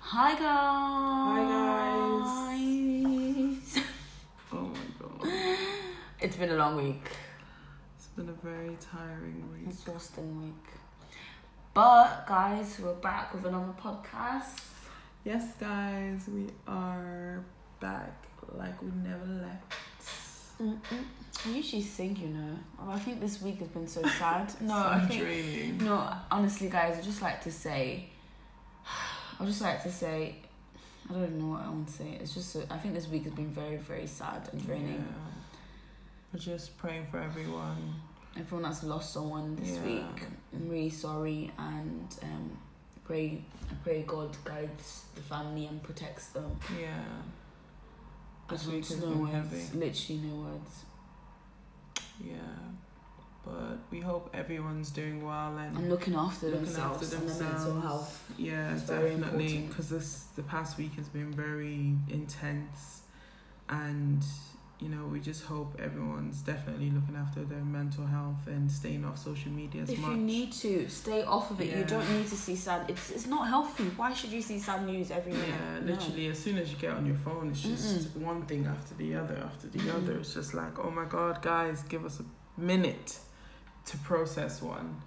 Hi guys. guys. Oh my god. it's been a long week, It's been a very tiring week. exhausting week. But guys, we're back with another podcast. Yes, guys, we are back like we never left. Mm-mm. I usually sing, you know. Well, I think this week has been so sad. no, so I think, draining. no. Honestly, guys, I just like to say. I just like to say. I don't know what I want to say. It's just so, I think this week has been very, very sad and draining. Yeah. We're just praying for everyone. everyone that's lost someone this Yeah. week. I'm really sorry and um, pray I pray God guides the family and protects them. Yeah. This There's week has no been words. heavy. Literally no words. Yeah. But we hope everyone's doing well and And looking after Looking themselves after and their mental themselves. health. Yeah, It's very definitely. important. Because this the past week has been very intense, and you know we just hope everyone's definitely looking after their mental health and staying off social media as if much. you need to, stay off of it. You Yeah. don't need to see sad it's it's not healthy. Why should you see sad news every minute? yeah, No. literally. As soon as you get on your phone, it's just one thing after the other after the Mhm. other. It's just like, oh my god, guys, give us a minute to process one.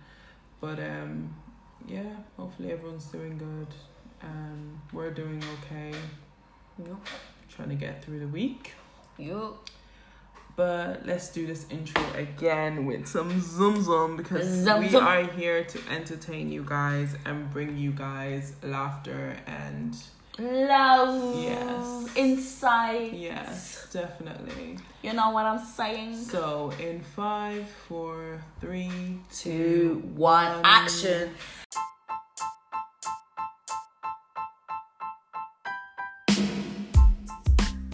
But um, yeah, hopefully everyone's doing good. Um, we're doing okay. Yup. Trying to get through the week. Yup. But let's do this intro again with some zoom zoom because Zum we zum. are here to entertain you guys and bring you guys laughter and Love. Yes. Insight. yes, definitely. You know what I'm saying? So in five, four, three, two, one, one. action.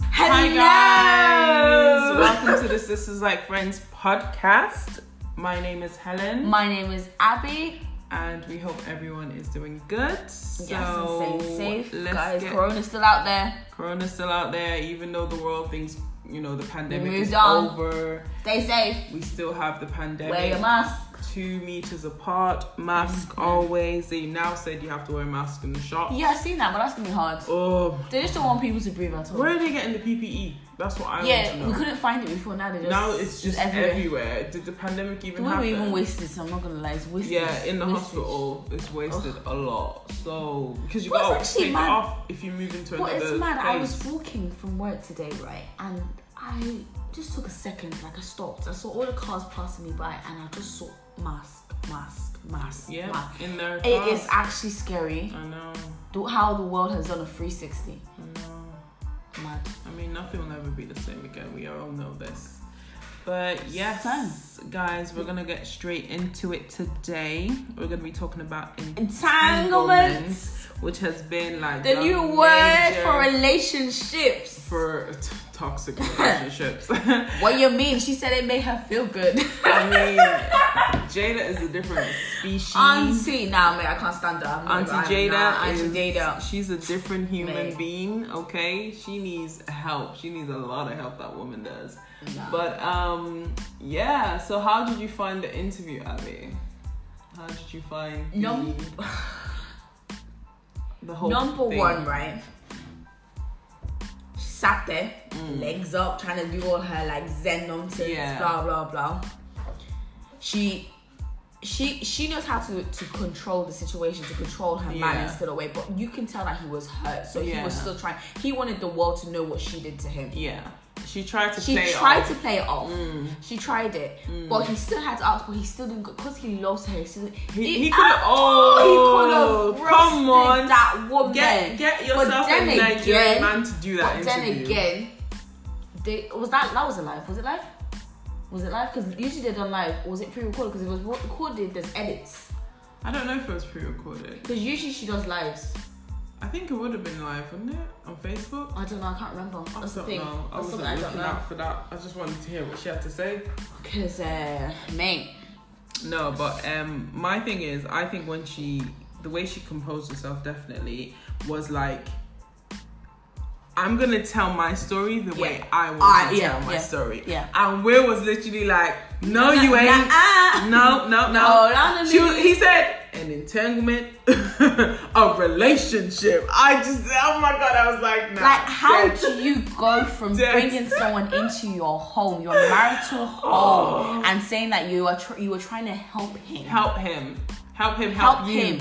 Hi Hello! guys! Welcome to the Sisters Like Friends podcast. My name is Helen My name is Abby. and we hope everyone is doing good. So yes, and stay safe, let's guys. get Corona's still out there. Corona's still out there, even though the world thinks you know the pandemic moved is on. over. Stay safe. We still have the Wear your Mm-hmm. pandemic. mask. Two meters apart, mask always. They now said you have to wear a mask in the shop. Yeah, I've seen that, but that's gonna be hard. Oh, They just don't want people to breathe at all. where are they getting the PPE? That's what I want yeah, to we know. couldn't find it before. Now they just now it's just everywhere. everywhere. Did the pandemic The even way happen? we even wasted, so I'm not gonna lie, it's wasted. yeah, in the Wastage. hospital, it's wasted a lot. So because you What's got to actually take it mad- off if you move into What another is mad? I place. was walking from work today, right, and I just took a second, like I stopped. I saw all the cars passing me by, and I just saw mask, mask, mask, yeah, mask. in their It is cars. actually scary I know. th- how the world has done a 360. I know. Mad. I mean, nothing will ever be the same again. We all know this. But yes, Same. guys, we're gonna get straight into it today. We're gonna be talking about Entanglement, entanglements, which has been like the new word major- for relationships. for t- toxic relationships. I what you mean? She said it made her feel good. mean, Jada is a different species. Auntie, nah, mate, I can't stand her. I'm not- Auntie I'm Jada, not Auntie is- Jada. she's a different human Mate. being. Okay, she needs help. She needs a lot of help. That woman does. Nah. But um, yeah. So how did you find the interview, Abby? How did you find the, Num- the whole Number thing? one, right? She sat there, legs up, trying to do all her like zen nonsense, Mm. Yeah. blah blah blah. She she she knows how to to control the situation, to control her man Yeah. and still away, but you can tell that he was hurt. So he was Yeah. still trying he wanted the world to know what she did to him. Yeah, she tried to She play it tried off. Mm. to play it off. She tried it, but he still had to ask. But he still didn't because he loves her. He, still- He, he- he could have. Oh, Oh, he could have come on. that woman. Get get yourself a then Nigerian again- man to do that But interview. then again, they was that that was a live. Was it live? Was it live? Because usually they're done live. Or was it pre-recorded? Because it was recorded. There's edits. I don't know if it was pre-recorded. Because usually she does lives. I think it would have been live, wouldn't it, on Facebook? I don't know. I can't remember. I That's the don't thing. know. I That's wasn't something I don't looking know. out for that. I just wanted to hear what she had to say. Because uh, mate, No, but um, my thing is, I think when she, the way she composed herself, definitely was like, I'm gonna tell my story the way Yeah. I want I- to yeah, tell my yeah, story. yeah. And Will was literally like, No, you ain't. Nah, ah. No, no, no. Oh, no, no, She no. was, he said, an entanglement, a relationship. I just, oh my god, I was like, nah, Like, how dead. do you go from Dead. bringing someone into your home, your marital home, and saying that you are tr- you were trying to help him? Oh. help him, help him, help, Help you. him.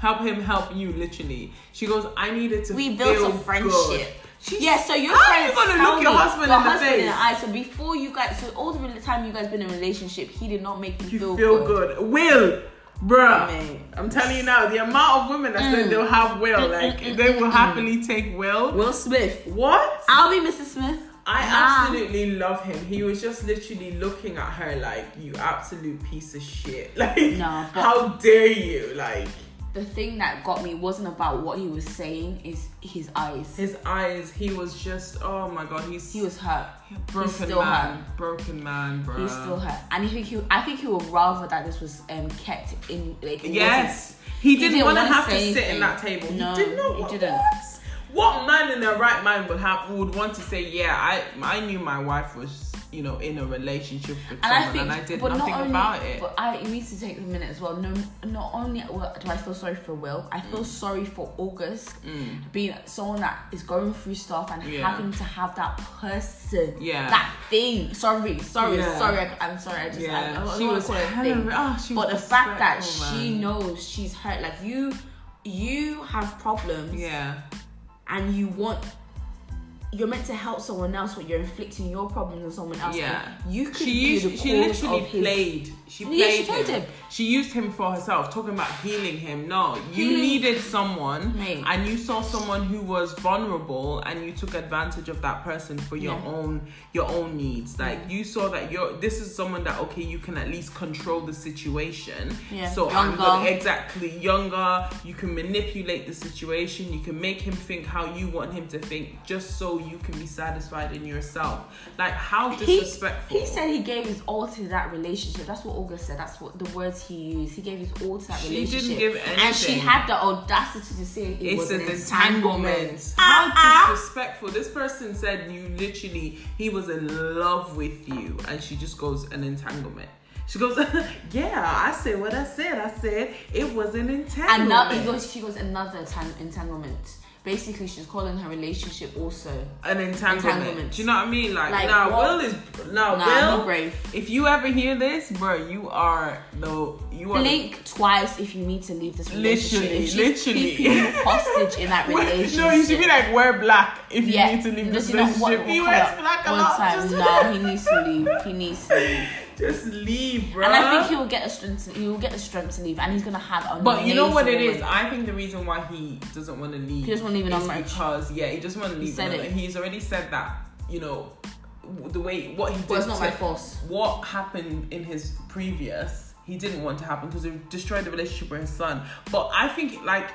help him, help you. Literally, she goes, I needed to. we built feel a friendship. good." She's- yeah, so you're How are trying you to gonna tell look your me husband your in the husband face? eye. So before you guys, so all the time you guys been in a relationship, he did not make you, you feel, feel, good. good. Will, bruh. Mate. I'm telling you now, the amount of women that Mm. said they'll have Will, like they will happily take Will. Will Smith. What? I'll be Mrs. Smith. I Ah. absolutely love him. He was just literally looking at her like, "You absolute piece of shit! Like, Nah, but- how dare you!" Like The thing that got me wasn't about what he was saying; is his eyes. his eyes, he was just, "Oh my god, he's he was hurt. broken he's still man, broken man, bro." He's still hurt, and I think he, I think he would rather that this was um, kept in like. it Yes, he didn't, didn't want to wanna have to say sit in anything. that table. No, he did not. he What, didn't. What? What man in their right mind would have would want to say, "Yeah, I I knew my wife was, you know, in a relationship with and someone, I think, and I did but not nothing only, about it." But I it needs to take a minute as well. No, not only will- do I feel sorry for Will, I Mm. feel sorry for August being someone that is going through stuff and Yeah. having to have that person, Yeah. that thing. Sorry, sorry, Yeah. sorry. I, I'm sorry. I just, I, I, yeah, don't she wanna was call it a hella- thing. oh, she was but the fact that disrespectful, she man. knows she's hurt, like you, you have problems. yeah, and you want you're meant to help someone else but you're inflicting your problems on someone else Yeah. and you could she be the used, she cause literally of his played. She Yeah, played, she played him. him. She used him for herself, talking about healing him. No, you Healing- needed someone, Mate. and you saw someone who was vulnerable, and you took advantage of that person for your Yeah. own your own needs. Like you saw that you're this is someone that okay, you can at least control the situation. Yeah. So I'm Younger. gonna- exactly younger. You can manipulate the situation. You can make him think how you want him to think, just so you can be satisfied in yourself. Like how he, disrespectful. he said he gave his all to that relationship. That's what August said. That's what the words he used. He gave his all to that She didn't relationship. give And she anything. had the audacity to say it It's was an an entanglement. entanglement. How Ah, ah. disrespectful. This person said you literally, he was in love with you, and she just goes, an entanglement. She goes, yeah, I said what I said. I said it was an And entanglement. now he goes, she goes another tang- entanglement. Basically, she's calling her relationship also. an entanglement. Entanglement. Do you know what I mean? Like, Like, now what? Will is now Nah, Will. be brave. If you ever hear this, bro, you are the you are the- Blink twice if you need to leave this relationship. Literally, If she's literally. keeping you hostage in that Wear- relationship. No, you should be like wear black if you Yeah, need to leave does this he not relationship. want- he what wears colour? black a One lot. time, Just- no, he needs to leave. He needs to leave. Just leave, bro. And I think he will get the strength. To, he will get the strength to leave, and he's gonna have. An but you know what it amazing is? woman. I think the reason why he doesn't want to leave. He doesn't wanna leave in is our marriage. Because yeah, he doesn't want to leave. said in our- it. And he's already said that. You know, w- the way what he did. Well, it's not to- my fault. What happened in his previous, he didn't want to happen because it destroyed the relationship with his son. But I think like,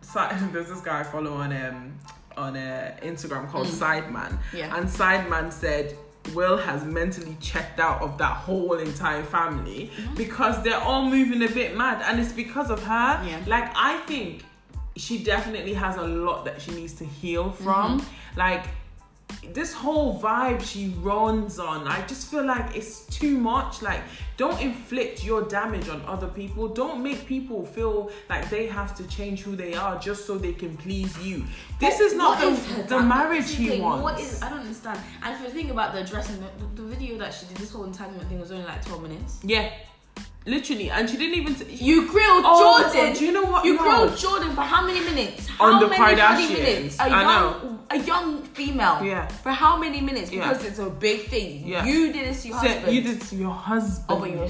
si- there's this guy I follow on um on uh, Instagram called Mm. Sideman. Yeah. And Sideman said. Will has mentally checked out of that whole entire family Mm-hmm. because they're all moving a bit mad, and it's because of her. Yeah. Like I think she definitely has a lot that she needs to heal Mm-hmm. from. Like this whole vibe she runs on, I just feel like it's too much. Like don't inflict your damage on other people. Don't make people feel like they have to change who they are just so they can please you. This is not What the, her the damn- marriage that's the he thing, wants. What is? I don't understand. And if you think about the dressing, the, the, the video that she did, this whole entanglement thing was only like twelve minutes. yeah. Literally, and she didn't even. T- You grilled Oh, Jordan. God, do you know what? You No. grilled Jordan for how many minutes? How On the many bloody Kardashians. minutes? A I young, know. a young female. Yeah. For how many minutes? Yeah. Because it's a big thing. Yeah. You did this to your said husband. you did to your husband. Oh, but you were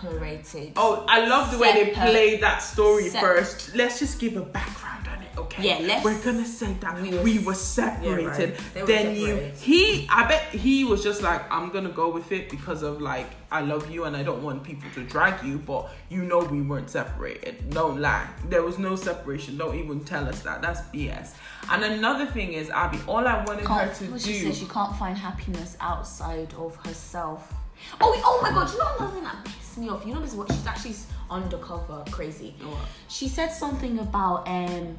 separated. Oh, I love the way they Separate. played that story Sep- first. Let's just give a background on it, okay? Yeah, let's- We're gonna say that we We were, were- separated. Yeah, right. They were Then separated. you, he, I bet he was just like, I'm gonna go with it because of like, I love you and I don't want people to drag you, but you know we weren't separated. Don't lie. There was no separation. Don't even tell us that. That's BS. And another thing is, Abby, all I wanted her Can't- to do. what she said she can't find happiness outside of herself. Oh, we- oh my God! You know another thing that pissed me off. You know this? What she's actually s- undercover crazy. What? She said something about um.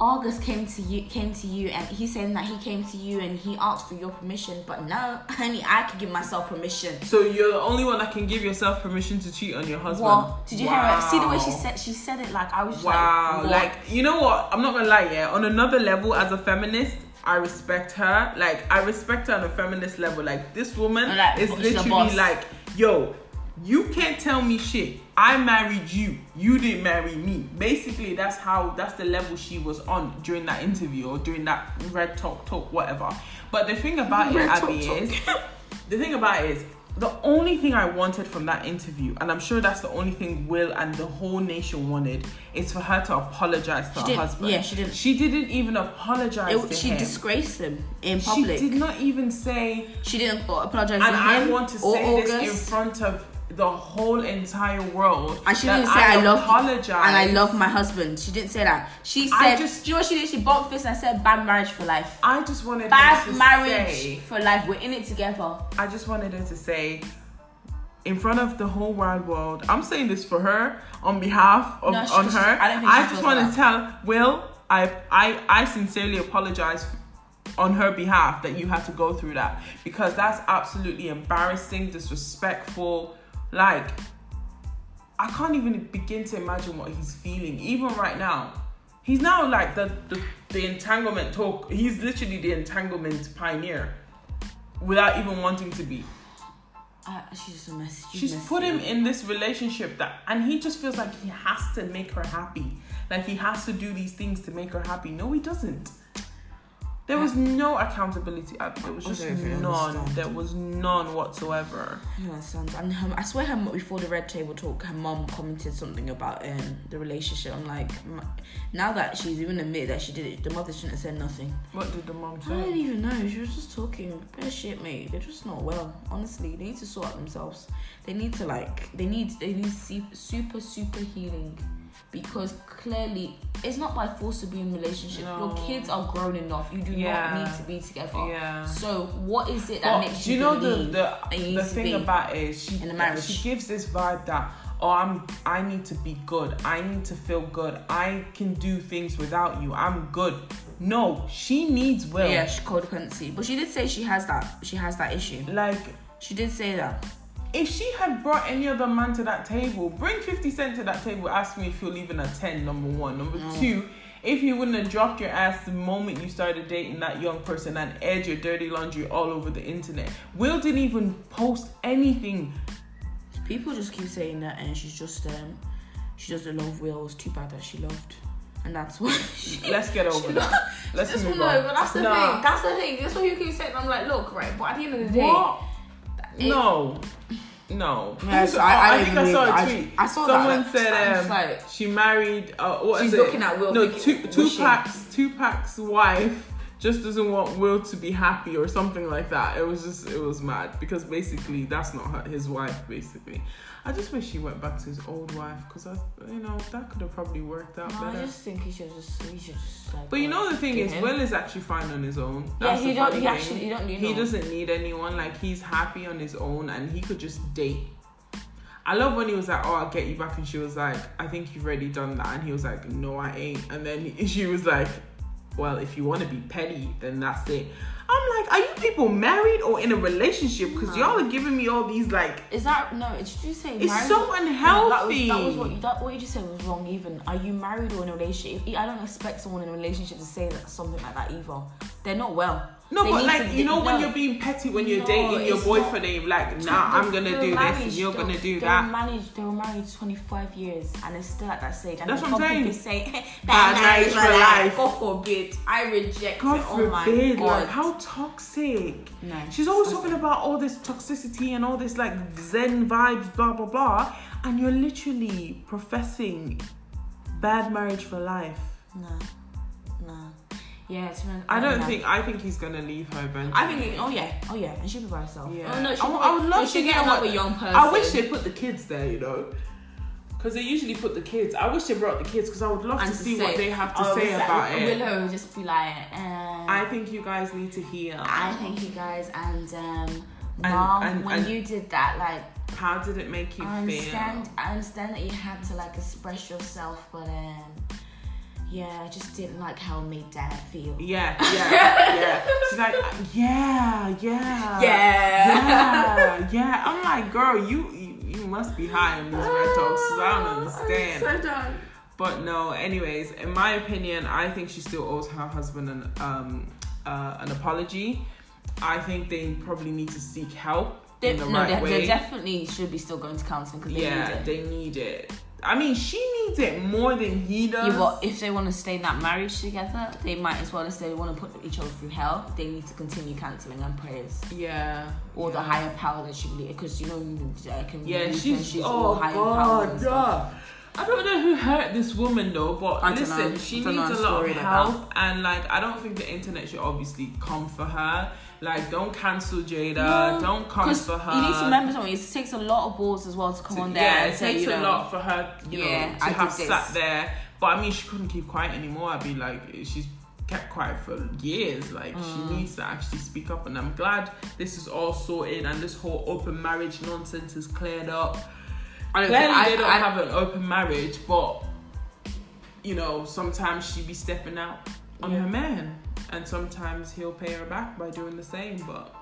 August came to you came to you and he's saying that he came to you and he asked for your permission, but no, honey, I could give myself permission. So you're the only one that can give yourself permission to cheat on your husband. Well, did you hear her? See the way she Wow. said she said it like I was just Wow, like, what? like you know what? I'm not gonna lie, yeah. On another level, as a feminist, I respect her. Like I respect her on a feminist level. Like this woman And, like, is she's a literally boss. like, yo, you can't tell me shit. I married you. You didn't marry me. Basically, that's how that's the level she was on during that interview or during that red talk talk whatever. But the thing about it, Red Talk Abby, Talk. is the thing about it is the only thing I wanted from that interview, and I'm sure that's the only thing Will and the whole nation wanted, is for her to apologize to She her didn't- husband. yeah, she didn't. She didn't even apologize It- to she him. disgraced him in she public. She, did not even say. didn't apologize And to I him want to or say this in August. front of the whole entire world. And she that didn't say I, love apologize. and I love my husband. She didn't say that. She I said, just- "Do you know what she did? She bumped fists and said, bad marriage for life. I just wanted her Bad to marriage say- for life. We're in it together." I just wanted her to say, in front of the whole wide world, I'm saying this for her on behalf of No, she- on she- her. I don't think she just feels want like to tell Will, I I I sincerely apologize on her behalf that you had to go through that because that's absolutely embarrassing, disrespectful, like. I can't even begin to imagine what he's feeling, even right now. He's now like the, the, the entanglement talk. He's literally the entanglement pioneer without even wanting to be. I, she's just a mess. you She's messy. put him in this relationship that, and he just feels like he has to make her happy. Like he has to do these things to make her happy. No, he doesn't. There was no accountability. Abby. There was I just don't really none. understand. There was none whatsoever. Yeah, that sounds. And her, I swear, her mo- before the red table talk, her mom commented something about um the relationship. I'm like, m- now that she's even admitted that she did it, the mother shouldn't have said nothing. What did the mom I don't say? even know. She was just talking. Bit of shit, mate. They're just not well. Honestly, they need to sort out themselves. They need to like. They need. They need su- super super healing, because clearly it's not by force to be in a relationship. No. Your kids are grown enough. You do Yeah. not need to be together. Yeah. So what is it that But makes do you you know believe the that you the, need the to thing be? about it is she in a marriage? she gives this vibe that oh I'm I need to be good I need to feel good I can do things without you I'm good. No, she needs will. yeah, she codependency. But she did say she has that. She has that issue. Like She did say that. If she had brought any other man to that table, bring 50 Cent to that table, ask me if you're leaving a 10, number one. Number two, if you wouldn't have dropped your ass the moment you started dating that young person and aired your dirty laundry all over the internet. Will didn't even post anything. People just keep saying that, and she's just um, she doesn't love Will. It's too bad that she loved, and that's why. She, Let's get she over lo- that. Let's just move no, on. but that's the Nah. thing. That's the thing. That's what you keep saying. I'm like, look, right, but at the end of the day, What? it- No. No. Yeah, Also, so I- I oh, don't think even I saw a really- tweet. I- I saw that, Someone like, said I'm um, just like- she married. Uh, what She's is it? looking at Will No, thinking- two two wishing. packs. Two packs. Wife just doesn't want Will to be happy or something like that. It was just it was mad because basically that's not her, his wife. Basically, I just wish he went back to his old wife because I you know that could have probably worked out no, I better. just think he should just he should just like. But you know the thing Do is, him. Will is actually fine on his own. yeah, That's he the don't. funny He thing. actually he don't need. He no- doesn't need anyone. Like he's happy on his own, and he could just date. I love when he was like, "Oh, I'll get you back," and she was like, "I think you've already done that," and he was like, "No, I ain't." And then he- she was like, "Well, if you want to be petty, then that's it." I'm like, "Are you people married or in a relationship? Because No. y'all are giving me all these like, Is that no? Did you say it's marriage- so No, unhealthy." That was, that was what you, that, what you just said was wrong. Even are you married or in a relationship? I don't expect someone in a relationship to say that something like that either. They're not well. no, They but need like to- you know when no. you're being petty when you're No, dating your it's boyfriend, and you're like, "Nah, I'm gonna They were do this, married, and you're they- gonna do they that." Were married, they were married 25 years and they're still at that stage. And That's they what I'm come saying. people Say, Bad marriage for life. God forbid. I reject God it. Oh my forbid, God. like how toxic. No. She's always talking about all this toxicity and all this like Zen vibes, blah blah blah, and you're literally professing bad marriage for life. Nah. Nah. Yeah, it's I don't know. think. I think he's gonna leave her eventually. I think, oh yeah, oh yeah, and she'll be by herself. Yeah. Oh no, she I- I would love to she get get another one- young person. I wish they put the kids there, you know, because they usually put the kids. I wish they brought the kids because I would love to, And see say- what they have to oh, say it's like about it. Willow would just be like, um, I I, think you guys need to hear. thank you guys, and um, mom, and- when and- you did that, like, How did it make you I feel? understand, I understand that you had to like express yourself, but um, yeah, I just didn't like how it made dad feel. Yeah, yeah, yeah. She's like, yeah, yeah, Yeah. yeah, yeah. I'm like, girl, you you, you must be high on these red talks. 'cause I don't understand. Oh, I'm so done. But no, anyways, in my opinion, I think she still owes her husband an um uh, an apology. I think they probably need to seek help They, in the no, right they, way. they definitely should be still going to counseling because they yeah, need it. they need it. I mean, she needs it more than he does. Yeah, but if they want to stay in that marriage together, they might as well. If they want to put each other through hell, they need to continue cancelling and prayers yeah, or the yeah. higher power that should be because you know you- I can. Yeah, believe she's, and she's oh all higher power. god, and stuff. yeah. I don't know who hurt this woman though, but I don't listen, know. she Don't know needs her a lot story of like help, and like I don't think the internet should obviously come for her. Like, don't cancel Jada, No, don't come 'Cause for her. you need to remember something. It takes a lot of balls as well to come To- on there. Yeah, and it say, takes you know, a lot for her, you Yeah, know, to I have did sat this. there. But I mean, she couldn't keep quiet anymore. I'd be like, she's kept quiet for years. Like, Mm. she needs to actually speak up. And I'm glad this is all sorted and this whole open marriage nonsense is cleared up. I don't Clearly, think- I- they don't I- have an open marriage, but you know, sometimes she be stepping out on Yeah. her man, and sometimes he'll pay her back by doing the same. But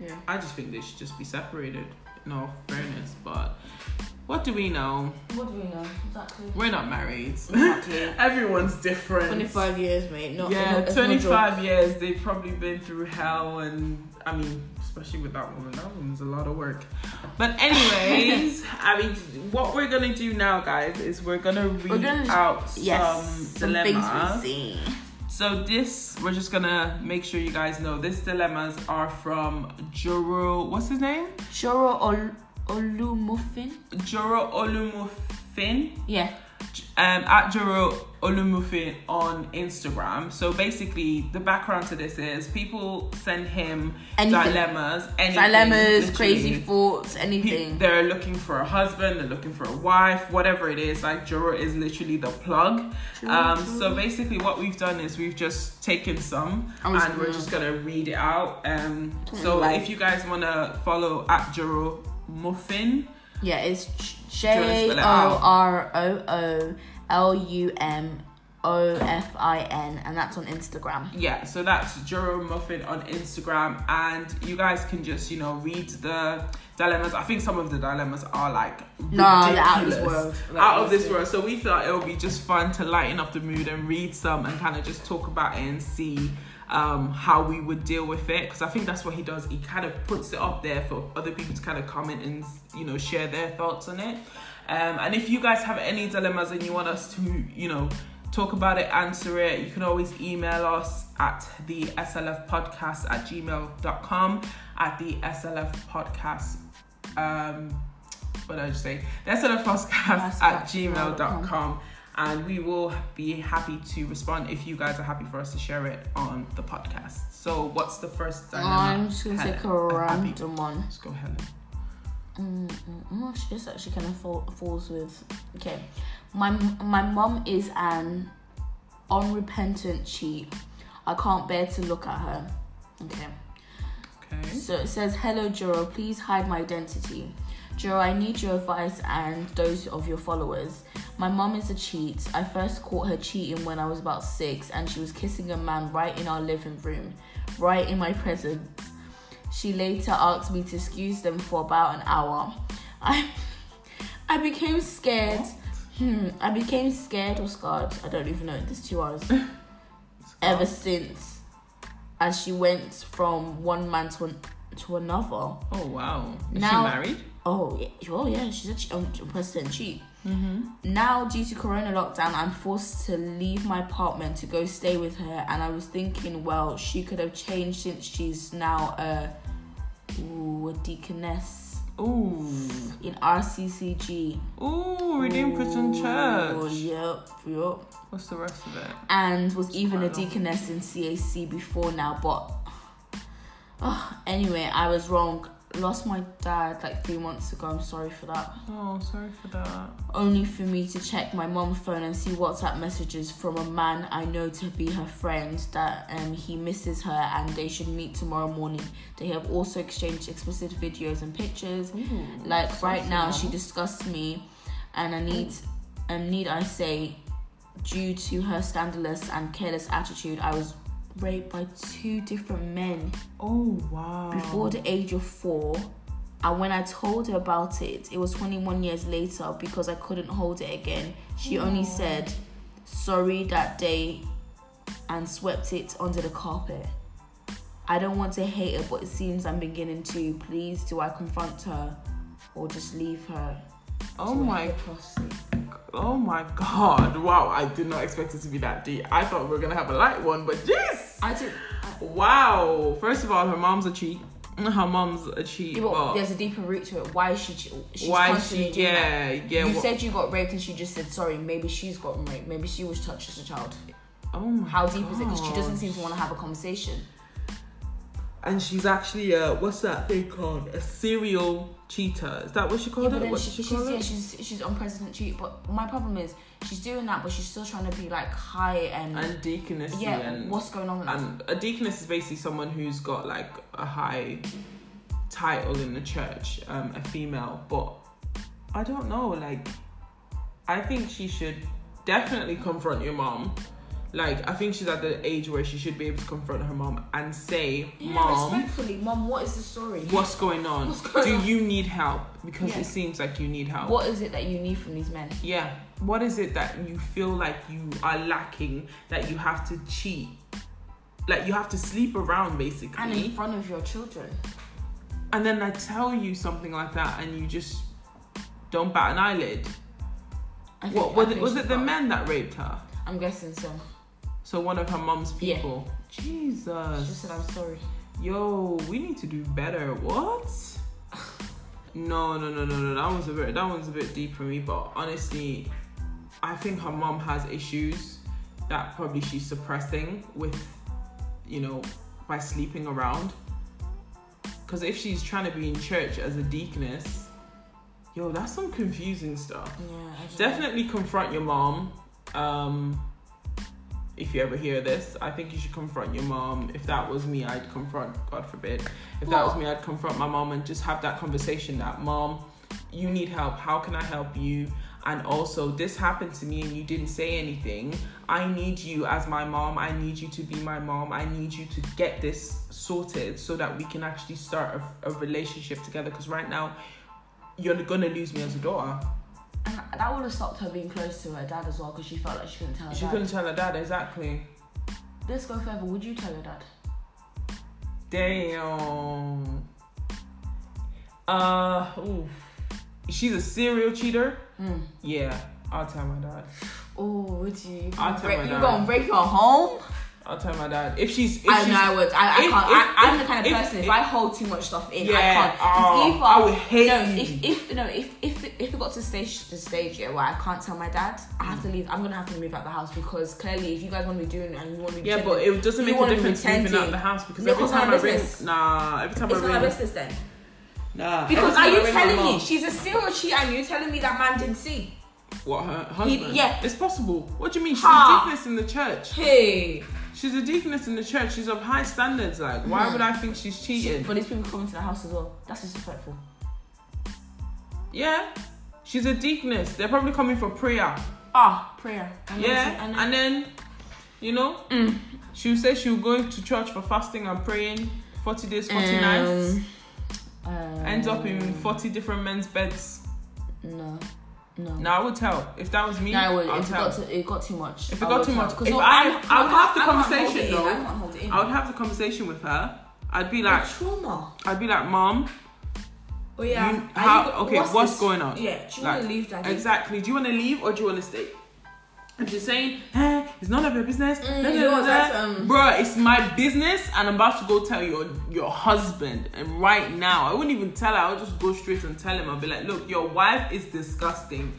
Yeah. I just think they should just be separated in all fairness. But what do we know? What do we know exactly? We're not married. Exactly. Everyone's different. Twenty-five years, mate. Not yeah, not- it's no joke. 25 years. They've probably been through hell, and I mean, especially with that woman. That woman's a lot of work. But anyways, I mean, what we're gonna do now, guys, is we're gonna read We're gonna- out Yes, some some things um, dilemmas. we've seen. So this, we're just gonna make sure you guys know. These dilemmas are from Joro. What's his name? Shoro Ol- Olumuffin. Joro Olumofin. Yeah. um, at Joro Olumufin on Instagram. So basically, the background to this is people send him Anything. dilemmas, anything, Dilemmas, literally. crazy thoughts, Pe- anything. They're looking for a husband, they're looking for a wife, whatever it is. Like Joro is literally the plug. Um, so basically, what we've done is we've just taken some I'm just and we're gonna- just gonna read it out. Um, Don't so like- if you guys wanna follow at Joro Muffin, yeah, it's you wanna J spell it out? O R O O L U M O F I N, and that's on Instagram. yeah so that's juro muffin on instagram and you guys can just you know read the dilemmas i think some of the dilemmas are like No, they're out of this ridiculous. world. Like, out of this honestly. world so we thought it would be just fun to lighten up the mood and read some and kind of just talk about it and see um, how we would deal with it because i think that's what he does he kind of puts it up there for other people to kind of comment and you know share their thoughts on it um, and if you guys have any dilemmas and you want us to you know talk about it, answer it. You can always email us at the SLF podcast at gmail.com, at the SLF podcast. Um, what did I just say? The SLF podcast at gmail.com. And we will be happy to respond if you guys are happy for us to share it on the podcast. So, what's the first dilemma? I'm just gonna Helen, take a I'm happy. random one. Let's go, Helen. Mm, mm, mm, she- this actually kind of fall, falls with. Okay, my my mum is an unrepentant cheat. I can't bear to look at her. Okay. Okay. So it says, Hello, Juro, please hide my identity. Juro, I need your advice and those of your followers. My mum is a cheat. I first caught her cheating when I was about six, and she was kissing a man right in our living room, right in my presence. She later asked me to excuse them for about an hour. I, I became scared. Hmm, I became scared or scarred. I don't even know. There's two hours ever since as she went from one man to, an, to another. Oh, wow. Is Now- she married? Oh, yeah. Oh, yeah. She's actually um, President Cheat. Mm-hmm. Now, due to Corona lockdown, I'm forced to leave my apartment to go stay with her. And I was thinking, well, she could have changed since she's now a, ooh, a deaconess Ooh. in RCCG. Ooh, Redeemed Christian Oh, Church. yep, yep. What's the rest of it? and was even a Wow. deaconess in CAC before now, but Ugh, anyway, I was wrong. Lost my dad like three months ago. I'm sorry for that. Oh, sorry for that. Only for me to check my mom's phone and see WhatsApp messages from a man I know to be her friend that um, he misses her and they should meet tomorrow morning. They have also exchanged explicit videos and pictures. Like right now, she disgusts me, and I need, um, need I say, due to her scandalous and careless attitude, I was raped by two different men Oh wow. before the age of four. And when I told her about it, it was 21 years later because I couldn't hold it again. She only said sorry that day and swept it under the carpet. I don't want to hate her, but it seems I'm beginning to. Please, do I confront her or just leave her? Oh to my. hypocrisy? Oh my God. Wow. I did not expect it to be that deep. I thought we were gonna have a light one, but jeez. I did. Wow. First of all, her mom's a cheat. Her mom's a cheat. Yeah, but but there's a deeper root to it. Why is she? She's why constantly she? doing that. Yeah. Yeah. you wha- said you got raped and she just said sorry. Maybe she's gotten raped. Maybe she was touched as a child. oh my. How deep is it? Because she doesn't God. seem to want to have a conversation. And she's actually a what's that thing called? A serial cheater. Is that what she Yeah, called but it? then What she, did she she's call yeah, it? she's she's on president cheat. But my problem is she's doing that, but she's still trying to be like high and, And deaconess. yeah. And what's going on? With that? And a deaconess is basically someone who's got like a high title in the church, um, a female. But I don't know, like, I think she should definitely confront your mom. Like, I think she's at the age where she should be able to confront her mom and say, yeah, Mom, respectfully, mom. What is the story? what's going on? What's going Do on?" you need help? Because Yeah. it seems like you need help. What is it that you need from these men? Yeah. What is it that you feel like you are lacking that you have to cheat? Like you have to sleep around basically. And in front of your children. And then I tell you something like that and you just don't bat an eyelid. I think- What I was it think was she's it the got- men that raped her? I'm guessing so. So one of her mum's Yeah. people. She Jesus. just said I'm sorry. Yo, we need to do better. What? No, no, no, no, no. That one's a bit. That one's a bit deep for me. But honestly, I think her mom has issues that probably she's suppressing with, you know, by sleeping around. Because if she's trying to be in church as a deaconess, yo, that's some confusing stuff. Yeah, I just- Definitely confront your mom. Um, if you ever hear this, I think you should confront your mom. If that was me, I'd confront, God forbid. If that was me, I'd confront my mom and just have that conversation that, Mom, you need help. How can I help you? And also, this happened to me and you didn't say anything. I need you as my mom. I need you to be my mom. I need you to get this sorted so that we can actually start a, a relationship together. Because right now, you're gonna lose me as a daughter. And that would have stopped her being close to her dad as well because she felt like she couldn't tell her She dad. couldn't tell her dad exactly. Let's go further. Would you tell your dad? Damn. Uh, oof. She's a serial cheater. Hmm. Yeah, I'll tell my dad. Oh, would you? I'll tell Break- my you dad. gonna break your home? I'll tell my dad if she's. If I she's know I would. I, I if- can't. if- I, I'm if- the kind of if- person if, if- I hold too much stuff in, I Yeah, can't. oh, It's either- I would hate no, you. if if no, if if if it got to stage the stage yeah, where I can't tell my dad, I have to Mm. leave. I'm gonna have to move out the house because clearly, if you guys want to be doing it and you want to be yeah, chilling, but it doesn't you make a wanna be difference moving out pretending. the house because No, every it's not time my I ring, business. nah, every time it's I not ring, my business then. nah. every Because time are I you ring my telling me mom- she's a serial cheat and you telling me that man didn't see? what her husband? yeah. it's possible. What do you mean? She's Ha. a deaconess in the church. Hey, She's a deaconess in the church. She's of high standards. Like, why Hmm. would I think she's cheating? but these people coming to the house as well. That's disrespectful. Yeah, she's a deaconess. They're probably coming for prayer. Ah, prayer. I know it's- I Yeah, know. Mm. and then, you know, she said she would go to church for fasting and praying, forty days, forty Mm. nights. Um, Uh, Ends up in forty different men's beds. No, no. Now I would tell if that was me. No, it, I would if it got tell. to, it got too much. If it I got would too tell. much- 'Cause if no, I- I'm- I would have the can't- I can't hold conversation, it in, though. I can't hold it in. I would have the conversation with her. I'd be like, The trauma. I'd be like, Mom, Oh yeah. Are you- you how- go- okay, what's this- going on? Yeah. Do you Like, want to leave that? in? exactly. Do you want to leave or do you want to stay? And she's saying, eh, it's none of your business. Mm, da, da, you know da, what, da. that's, um, Bruh, it's my business, and I'm about to go tell your your husband. And right now, I wouldn't even tell her. I'll just go straight and tell him. I'll be like, look, your wife is disgusting.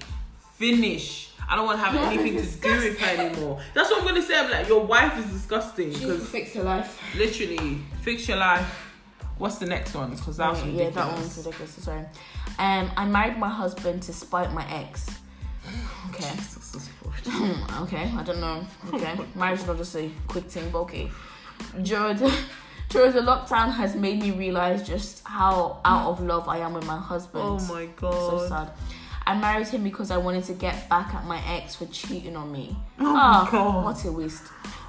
Finish. I don't want to have Your wife anything to is do with her anymore. That's what I'm gonna say. I'm like, your wife is disgusting. She needs to Because fix her life. literally, fix your life. What's the next one? Because that was yeah, ridiculous. that one's ridiculous. Sorry. Um, I married my husband to spite my ex. Okay. Jesus is Lord. Hmm, okay, I don't know. Okay, marriage is not just a quick thing, but okay. During the, during the lockdown has made me realize just how out of love I am with my husband. Oh my god. So sad. I married him because I wanted to get back at my ex for cheating on me. Oh my Ah, God. What a waste.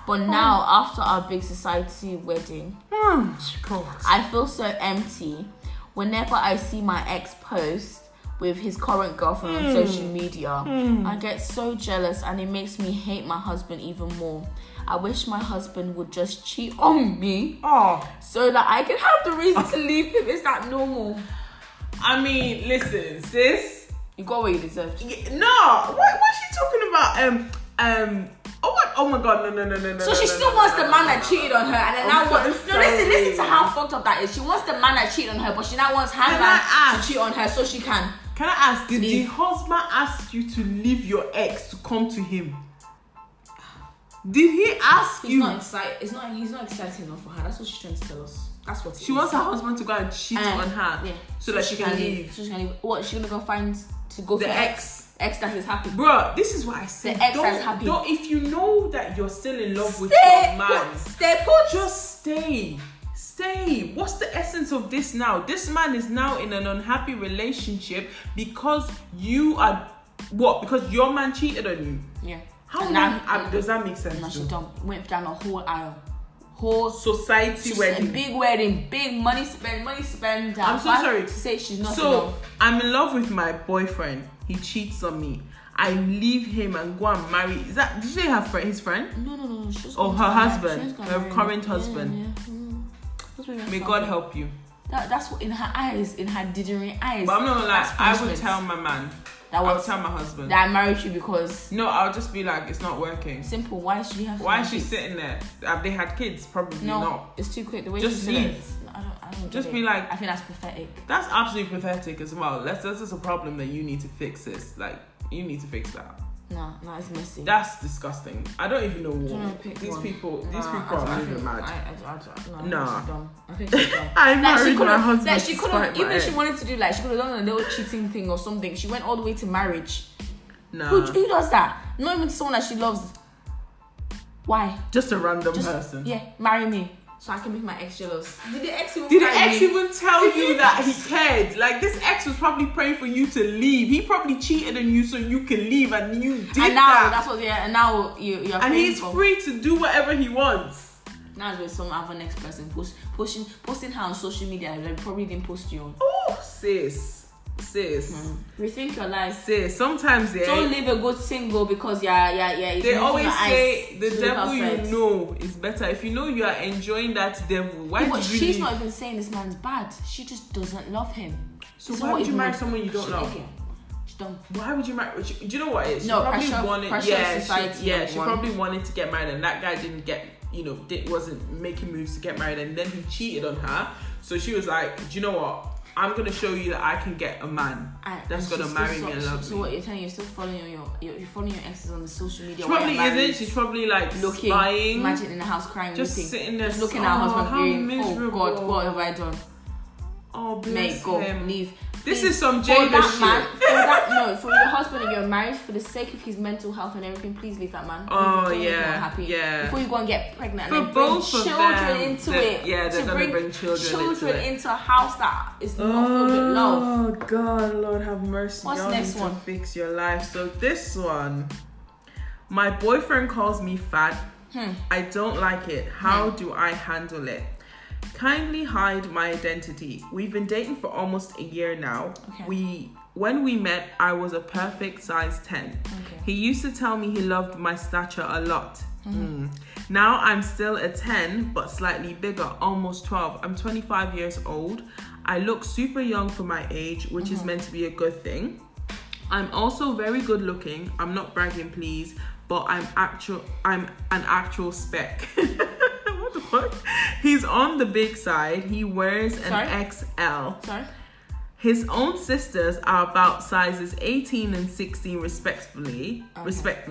But now, after our big society wedding, Mm, God. I feel so empty whenever I see my ex post with his current girlfriend on social Hmm. media. I get so jealous and it makes me hate my husband even more. I wish my husband would just cheat on me Oh, so that I can have the reason to leave him. Is that normal? I mean, listen, sis. You got what you deserved. Y- No, what what's she talking about? Um, um. Oh my, oh my God! No, no, no, no, no. So no, she no, still no, wants no, the no, man no, that no, cheated on her, and then now I'm so wants. No, listen, listen to sorry. how fucked up that is. She wants the man that cheated on her, but she now wants her Can I man to ask? cheat on her so she can. Can I ask? Did the Leave. husband ask you to leave your ex to come to him? Did he ask He's you? not excited. It's not. He's not excited enough for her. That's what she's trying to tell us. That's what it she is. wants her husband to go and cheat Um, on her, Yeah. so, that she can leave. So she can leave. What? She gonna go find to go The for ex. Ex that is happy. Bro, this is what I said. ex don't, that's happy. don't- if you know that you're still in love with Stay your man, put. Stay put. just stay. Stay. What's the essence of this now? This man is now in an unhappy relationship because you are what? Because your man cheated on you. yeah. How And now, now- does that make sense? And she though? done went down a whole aisle, whole Society She's wedding. a big wedding, big money spend, money spend. I'm so Why sorry. To say she's not so enough. I'm in love with my boyfriend. He cheats on me. I leave him and go and marry. Is that did you say her friend? His friend? No, no, no. no, She's Or gonna Oh, her marry- husband, she's gonna her marry current him. husband. Yeah, yeah. Mm. That's what we May found. God help you. That, that's what in her eyes, in her dithering eyes. But I'm not gonna lie. that's I would punishment. tell my man. that I would was tell my husband. that I married you because No, I'll just be like, it's not working. simple. Why should you have? to Why is have she kids? sitting there? Have they had kids? Probably No, not. it's too quick. The way Just she said it, leave. I don't. I don't. get Just it. be like- I think that's pathetic. That's absolutely pathetic as well. That's that's just a problem that you need to fix. This like you need to fix that. No, no, it's messy. That's disgusting. I don't even know you wanna what pick these one? people. These Nah, people I don't- are I moving think- mad. I, I, I, don't- I, Nah. nah. Dumb. I think she's dumb. I Like she married could my have, husband. like she could have, despite my even if she ex. wanted to do, like she could have done a little cheating thing or something. She went all the way to marriage. Nah. Who, who does that? Not even someone that she loves. Why? Just a random Just person. yeah, marry me so I can make my ex jealous. Did the ex even Did the marry ex me? even tell you that he cared? Like this ex was probably praying for you to leave. He probably cheated on you so you can leave, and you did And now that. that's what yeah. And now you you're and paying he's for- free to do whatever he wants. now it's with some other next person post, posting posting her on social media that probably didn't post you on. Mm. Oh, sis, sis, Rethink your life. sis. Sometimes yeah, Hmm. Don't live a good single because yeah, yeah, yeah. it's they making always your eyes say the to look devil you outside. know is better. If you know you are enjoying that devil, why Yeah, but did you she's leave? not even saying this man's bad. She just doesn't love him. so It's why not would you even marry like- someone you don't She's love? idiot. She don't. Why would you marry? Do you know what? it is? She No, probably pressure- wanted. pressure yeah, society she, yeah. number She one. probably wanted to get married, and that guy didn't get. You know, did, wasn't making moves to get married, and then he cheated on her. So she was like, "Do you know what? I'm gonna show you that I can get a man." I, That's she's gonna still marry me and love So me. what you're telling you're still following your you're, you're following your exes on the social media. She while probably you're married, isn't. She's probably like looking, spying, imagine in the house crying, just weeping, sitting there, just looking at her oh, husband, how being, oh miserable. God, what have I done? Oh, bless Mate, go, him. leave. This Please, is some for that Jada shit. man, for that no, for your husband and your marriage, for the sake of his mental health and everything, please leave that man. Oh, Don't make him yeah, unhappy. yeah. Before you go and get pregnant, For and then both bring of children them, into they're- it. yeah, they're to gonna bring, bring children into it. Oh. into a house that is not filled with love. God, Lord have mercy. What's Y'all next need one? To fix your life. So this one, my boyfriend calls me fat. Hmm. I don't like it. How do I handle it? Kindly hide my identity. We've been dating for almost a year now. Okay. We when we met, I was a perfect size 10. Okay. He used to tell me he loved my stature a lot. Mm. Now I'm still a 10, but slightly bigger, almost 12. I'm 25 years old. I look super young for my age, which is meant to be a good thing. I'm also very good looking. I'm not bragging, please, but I'm actual. I'm an actual spec. what the fuck? He's on the big side. He wears Sorry? an XL. Sorry. His own sisters are about sizes 18 and 16, respectively. Okay. Respect,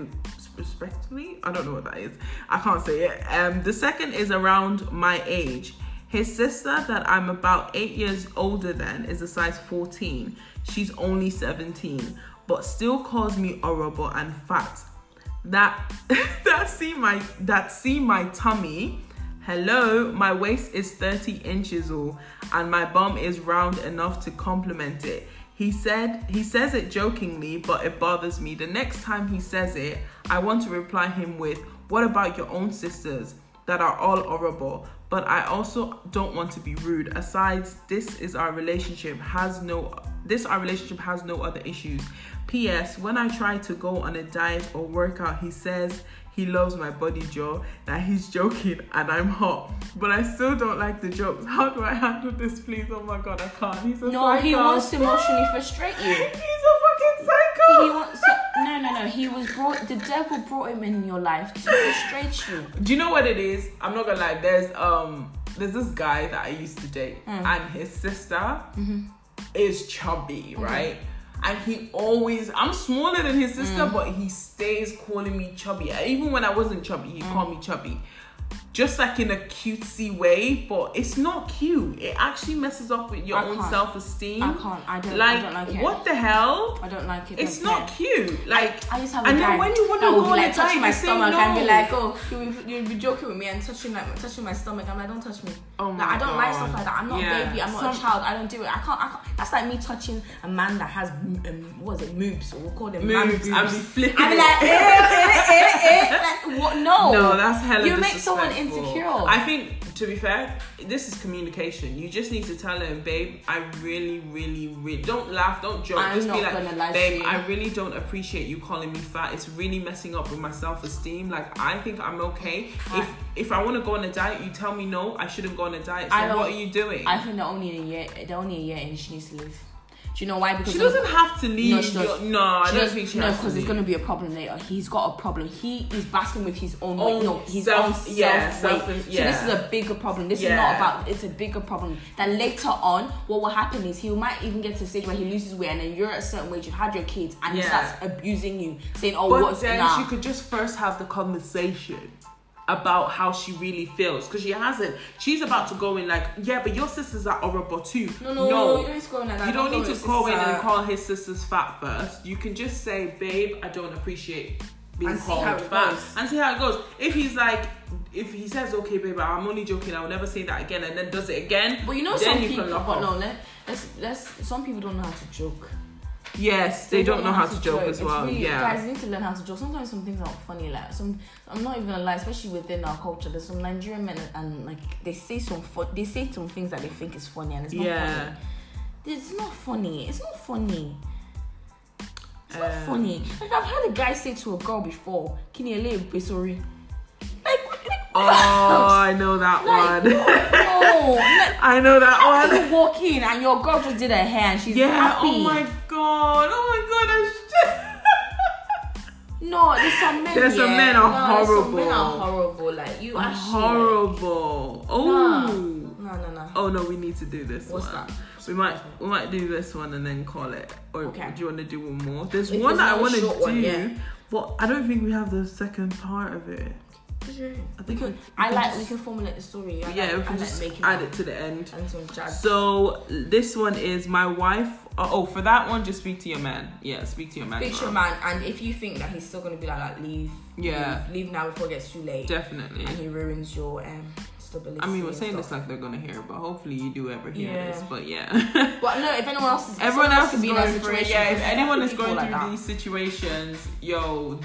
respectively. I don't know what that is. I can't say it. Um, the second is around my age. His sister, that I'm about eight years older than, is a size 14. She's only 17, but still calls me horrible and fat. That that see my that see my tummy. Hello, my waist is 30 inches all, and my bum is round enough to complement it. He said he says it jokingly, but it bothers me. The next time he says it, I want to reply him with, "What about your own sisters that are all horrible?" But I also don't want to be rude. Asides, this is our relationship has no this our relationship has no other issues. P.S. When I try to go on a diet or workout, he says he loves my body jaw, that he's joking and I'm hot. But I still don't like the jokes. How do I handle this, please? Oh my god, I can't. He's a No, psycho. he wants to emotionally frustrate you. He's a fucking psycho. He wants no, no, no. He was brought. The devil brought him in your life to frustrate you. Do you know what it is? I'm not gonna lie. There's um, there's this guy that I used to date, Mm. and his sister Mm-hmm. is chubby, right? And he always, I'm smaller than his sister, Mm. but he stays calling me chubby. Even when I wasn't chubby, he Mm. called me chubby. Just like in a cutesy way, but it's not cute. It actually messes up with your I own can't. self esteem. I can't. I don't. I Like, don't like it. what the hell? I don't like it. It's don't care. not cute. Like, I used to have and a guy then when you want to that would go be, on like a diet, touching my you say stomach no. and be like, oh, you would you'd be joking with me and touching like touching my stomach. I'm like, don't touch me. Oh Like, my I don't like God. stuff like that. I'm not Yeah. a baby. I'm not Some- a child. I don't do it. I can't. I can't. That's like me touching a man that has um, what is it moobs or we'll call them man Moves, I'd be flipping. I'd be it. like, eh, eh, eh, eh. Like, what? No. No, that's hella You make someone disrespectful. insecure. I think, to be fair, this is communication. You just need to tell him, babe, I really, really, really don't laugh, don't joke. I'm just be not gonna lie like, to babe, you." I really don't appreciate you calling me fat. It's really messing up with my self esteem. Like, I think I'm okay. Right. If if I want to go on a diet, you tell me no, I shouldn't go on a diet. So I don't- what are you doing? I think they're only in a year. They're only a year and she needs to leave. Do you know why? Because she of- doesn't have to leave. she your- doesn't. no I She don't does- think she no, has to because it's leave. gonna be a problem later. He's got a problem. He is battling with his own, Own weight. No, his Oh, self- own yeah, self self- weight. yeah. So this is a bigger problem. This Yeah. is not about. It's a bigger problem. That later on, what will happen is he might even get to a stage where he loses weight, and then you're at a certain weight. You've had your kids, and he Yeah. starts abusing you, saying, "Oh, But what's then nah. she could just first have the conversation about how she really feels because she hasn't. She's about to go in like, yeah, but your sisters are horrible too. No, no, no, you don't need to go in like that. You don't need go to with go in sister. and call his sisters fat first. You can just say, babe, I don't appreciate being And see called how it fat, goes. and see how it goes. If he's like, if he says, okay, babe, I'm only joking, I will never say that again, and then does it again. But you know, then some you people. can lock But off. no, let, let's let's. Some people don't know how to joke. Yes, they, don't, know how to joke, as It's well. really- yeah. guys, you need to learn how to joke. Sometimes some things aren't funny. Like some, I'm not even gonna lie, especially within our culture. There's some Nigerian men and, and, like they say some fu- they say some things that they think is funny and it's not Yeah. funny. It's not funny. It's not funny. It's not Um, funny. Like I've heard a guy say to a girl before, "Kini sorry." Like, what- like Oh, I know that Like, one. no, like, I know that one. you walk in and your girl just did her hair and she's Yeah. happy. Oh my god. Oh my god. No, there's some men. There's some yeah. men are no, there's Some men horrible. are horrible. Like you are That's horrible. Nah. Oh. No, no, no. Oh no, we need to do this What's one. that? We might we might do this one and then call it. Or Okay. do you want to do one more? There's If one there's that I another want to short one, do, yeah. but I don't think we have the second part of it. I think we- I like. We can formulate the story. I like, Yeah, we I can like just making add up it to the end. and some jazz. So this one is my wife. Oh, oh, for that one, just speak to your man. Yeah, speak to your man. Picture girl. man, and if you think that he's still gonna be like that, leave. Yeah. Leave, leave now before it gets too late, Definitely. and he ruins your um stability. I mean, we're and saying stuff. this like they're gonna hear, it, but hopefully you do ever hear Yeah. this. But yeah, But no, if anyone else is, everyone someone else could is be going in that through. situation. it. Yeah, if because anyone is people going like through that. these situations, yo,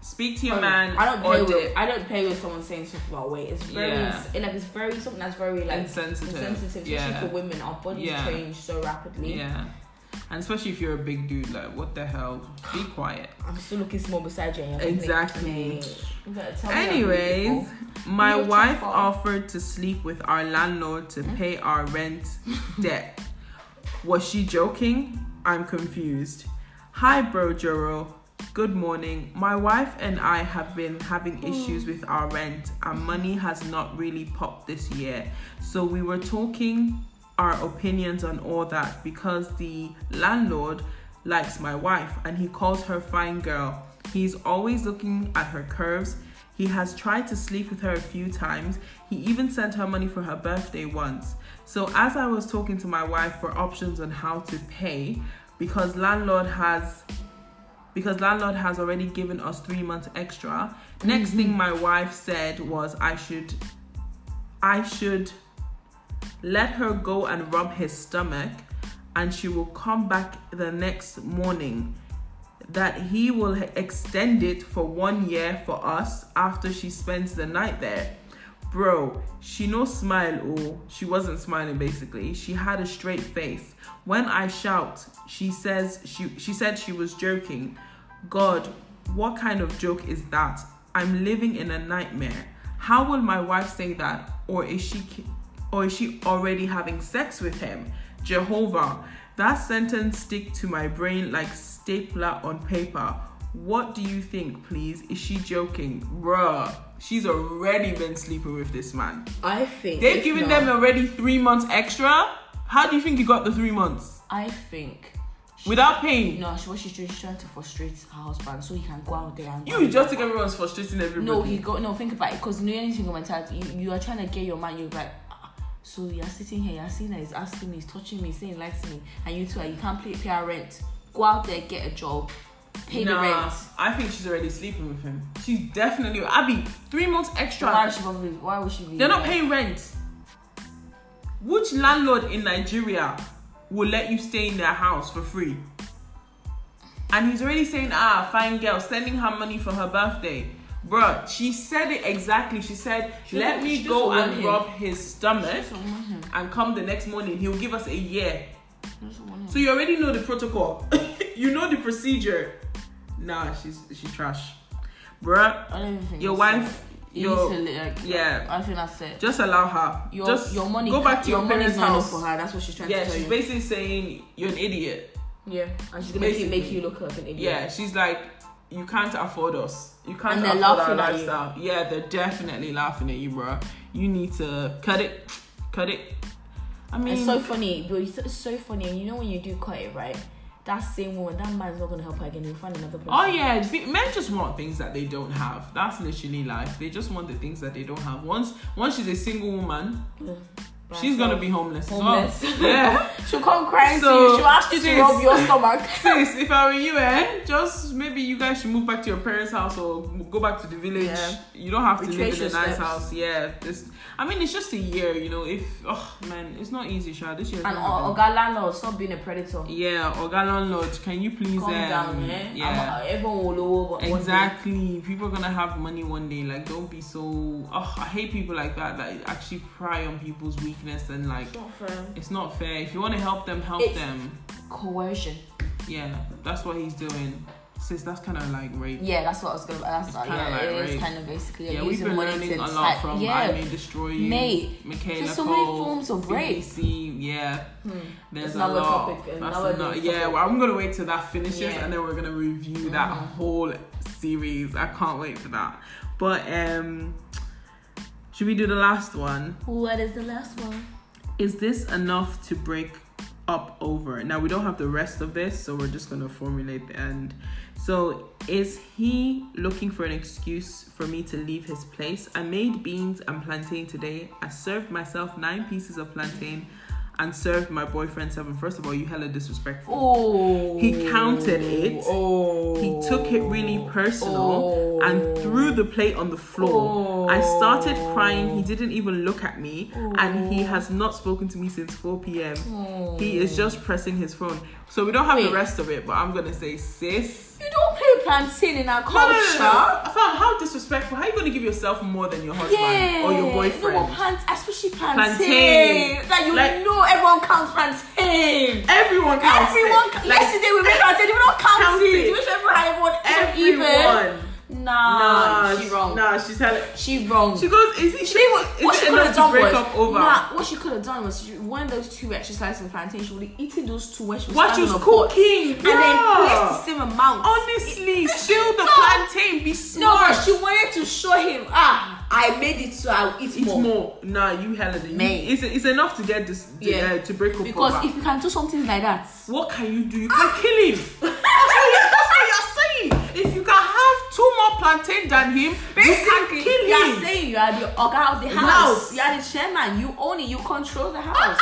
speak to your Um, man. I don't or play dip. with. I don't play with someone saying stuff about weight. It's very Yeah. it, like it's very something that's very like Insensitive. insensitive, especially Yeah. for women. Our bodies Yeah. change so rapidly. Yeah, and especially if you're a big dude, like what the hell? Be quiet. I'm still looking small beside you. and you're Exactly. like, "Mate, you better tell me I'm Anyways, beautiful." my You're too wife far. offered to sleep with our landlord to pay our rent debt. Was she joking? I'm confused. Hi, bro Juro. Good morning. My wife and I have been having Hmm. issues with our rent, and money has not really popped this year. So we were talking our opinions on all that because the landlord likes my wife and he calls her fine girl. He's always looking at her curves. He has tried to sleep with her a few times. He even sent her money for her birthday once. So as I was talking to my wife for options on how to pay because landlord has because landlord has already given us 3 months extra. Next thing my wife said was I should I should let her go and rub his stomach and she will come back the next morning. That he will h- extend it for one year for us after she spends the night there. Bro, she no smile or she wasn't smiling basically. She had a straight face. When I shout, she says she she said she was joking. God, what kind of joke is that? I'm living in a nightmare. How will my wife say that? Or is she ki- or is she already having sex with him? Jehovah. That sentence stick to my brain like stapler on paper. What do you think, please? Is she joking? Bruh, she's already been sleeping with this man. I think They've if given not- them already three months extra. How do you think he got the three months? I think she- Without paying. No, she, what she's doing, she's trying to frustrate her husband so he can go out there and You just think everyone's frustrating everybody. No, he go no. Think about it, cause you know anything of mentality. You, you are trying to get your man. You're like, ah, so you're sitting here. You're seeing that he's asking me, he's touching me, he's saying he likes me, and you two, are- you can't pay, pay our rent. Go out there, get a job, pay the rent. I think she's already sleeping with him. She's definitely Abby. Three months extra. Why would she? Probably, why would she be? They're not there? paying rent. Which landlord in Nigeria will let you stay in their house for free? And he's already saying, ah, fine girl, sending her money for her birthday. Bruh, she said it exactly. She said, She let doesn't- me she doesn't go want and him. rob his stomach She doesn't want him. and come the next morning. He'll give us a year. She doesn't want him. So you already know the protocol. you know the procedure. Nah, she's she trash. Bruh, I don't even think your it's- wife, You your- need to, like, yeah. I think that's it. just allow her. Your just your money. Go back to your, your, money's parents' not house. enough for her. That's what she's trying Yeah, to tell she's you. basically saying you're an idiot. yeah, and she's gonna keep basically- make you look like an idiot. Yeah, she's like you can't afford us. You can't And they're afford our laughing at you. lifestyle. Yeah, they're definitely laughing at you, bro. You need to cut it, cut it. I mean, oh, it's so funny, but it's it's so funny, and you know when you do cut it right, that same woman, that man's not gonna help her again. You'll find another person. oh yeah, be- men just want things that they don't have. That's literally life. They just want the things that they don't have. Once, once she's a single woman, yeah. she's gonna be homeless. as well. homeless. Yeah. She'll come crying to So, you. She'll ask you to sis. rub your stomach. Sis, if I were you, eh, just maybe you guys should move back to your parents' house or go back to the village. Yeah. You don't have to Retrace live in a your nice steps. house. Yeah, this. I mean, it's just a year, you know. If oh man, it's not easy, Sha. This year. And uh, Oga landlord, stop being a predator. yeah, Oga landlord, can you please? Calm um, down, eh? Yeah. I'm- everyone will lower one day. Exactly. People are gonna have money one day. Like, don't be so. Oh, I hate people like that. That actually pry on people's weakness and like, It's not fair. it's not fair. If you want to help them, help It's- them. Coercion. Yeah, that's what he's doing. Sis, that's kind of like rape. Yeah, that's what I was gonna. That's It's not, kinda yeah, like it is rape. kind of basically Yeah, you're we've using been money learning to a lot type- from yeah, I May Destroy You, mate. Michaela There's so many Cole, forms of rape. BBC, yeah, Hmm. there's It's a another lot. topic, That's another another- big yeah, topic. well, I'm gonna wait till that finishes Yeah. and then we're gonna review that Mhm. whole series. I can't wait for that. But um, should we do the last one? What is the last one? Is this enough to break up over? Now we don't have the rest of this, so we're just gonna formulate the end. So is he looking for an excuse for me to leave his place? I made beans and plantain today. I served myself nine pieces of plantain and served my boyfriend seven. First of all, you hella disrespectful. Oh. He counted it. Oh. He took it really personal and threw the plate on the floor. Oh. I started crying. He didn't even look at me, and he Oh. has not spoken to me since 4 p.m. Oh. He is just pressing his phone. So we don't have the Wait. rest of it, but I'm gonna say, sis. You don't play plantain in our No, no, no, culture. no, no. Fam, how disrespectful. How are you gonna give yourself more than your husband Yeah. or your No, boyfriend? but plant, especially plantain. Plantain. Like you Like- know, everyone counts plantain. Everyone counts. Everyone. it. Ca- yesterday we made plantain. We don't count, Count it. it. We make sure everyone, everyone, everyone even. everyone. Nah, she wrong. Nah, she's hella. She wrong. She goes, is it, She didn't want- is what it she could enough have to done break was up over? Nah, what she could have done was she, one of those two extra slices of plantain. She would have eaten those two when she was What standing she's on the pot, cooking, and then placed the yeah. same amount. Honestly, steal the No. plantain. Be no, smart. but she wanted to show him. Ah, I made it, so I'll eat It's more. Nah, you hella. than- you- Mate. It's, it's enough to get this to, Yeah. uh, to break up Because over. if you can do something like that, What can you do? You can kill him. That's what, you, that's what you're saying. If you can have two more plantain than him, you can kill you are him. saying you are the oga of the house. House. You are the chairman. You own it. You control the house.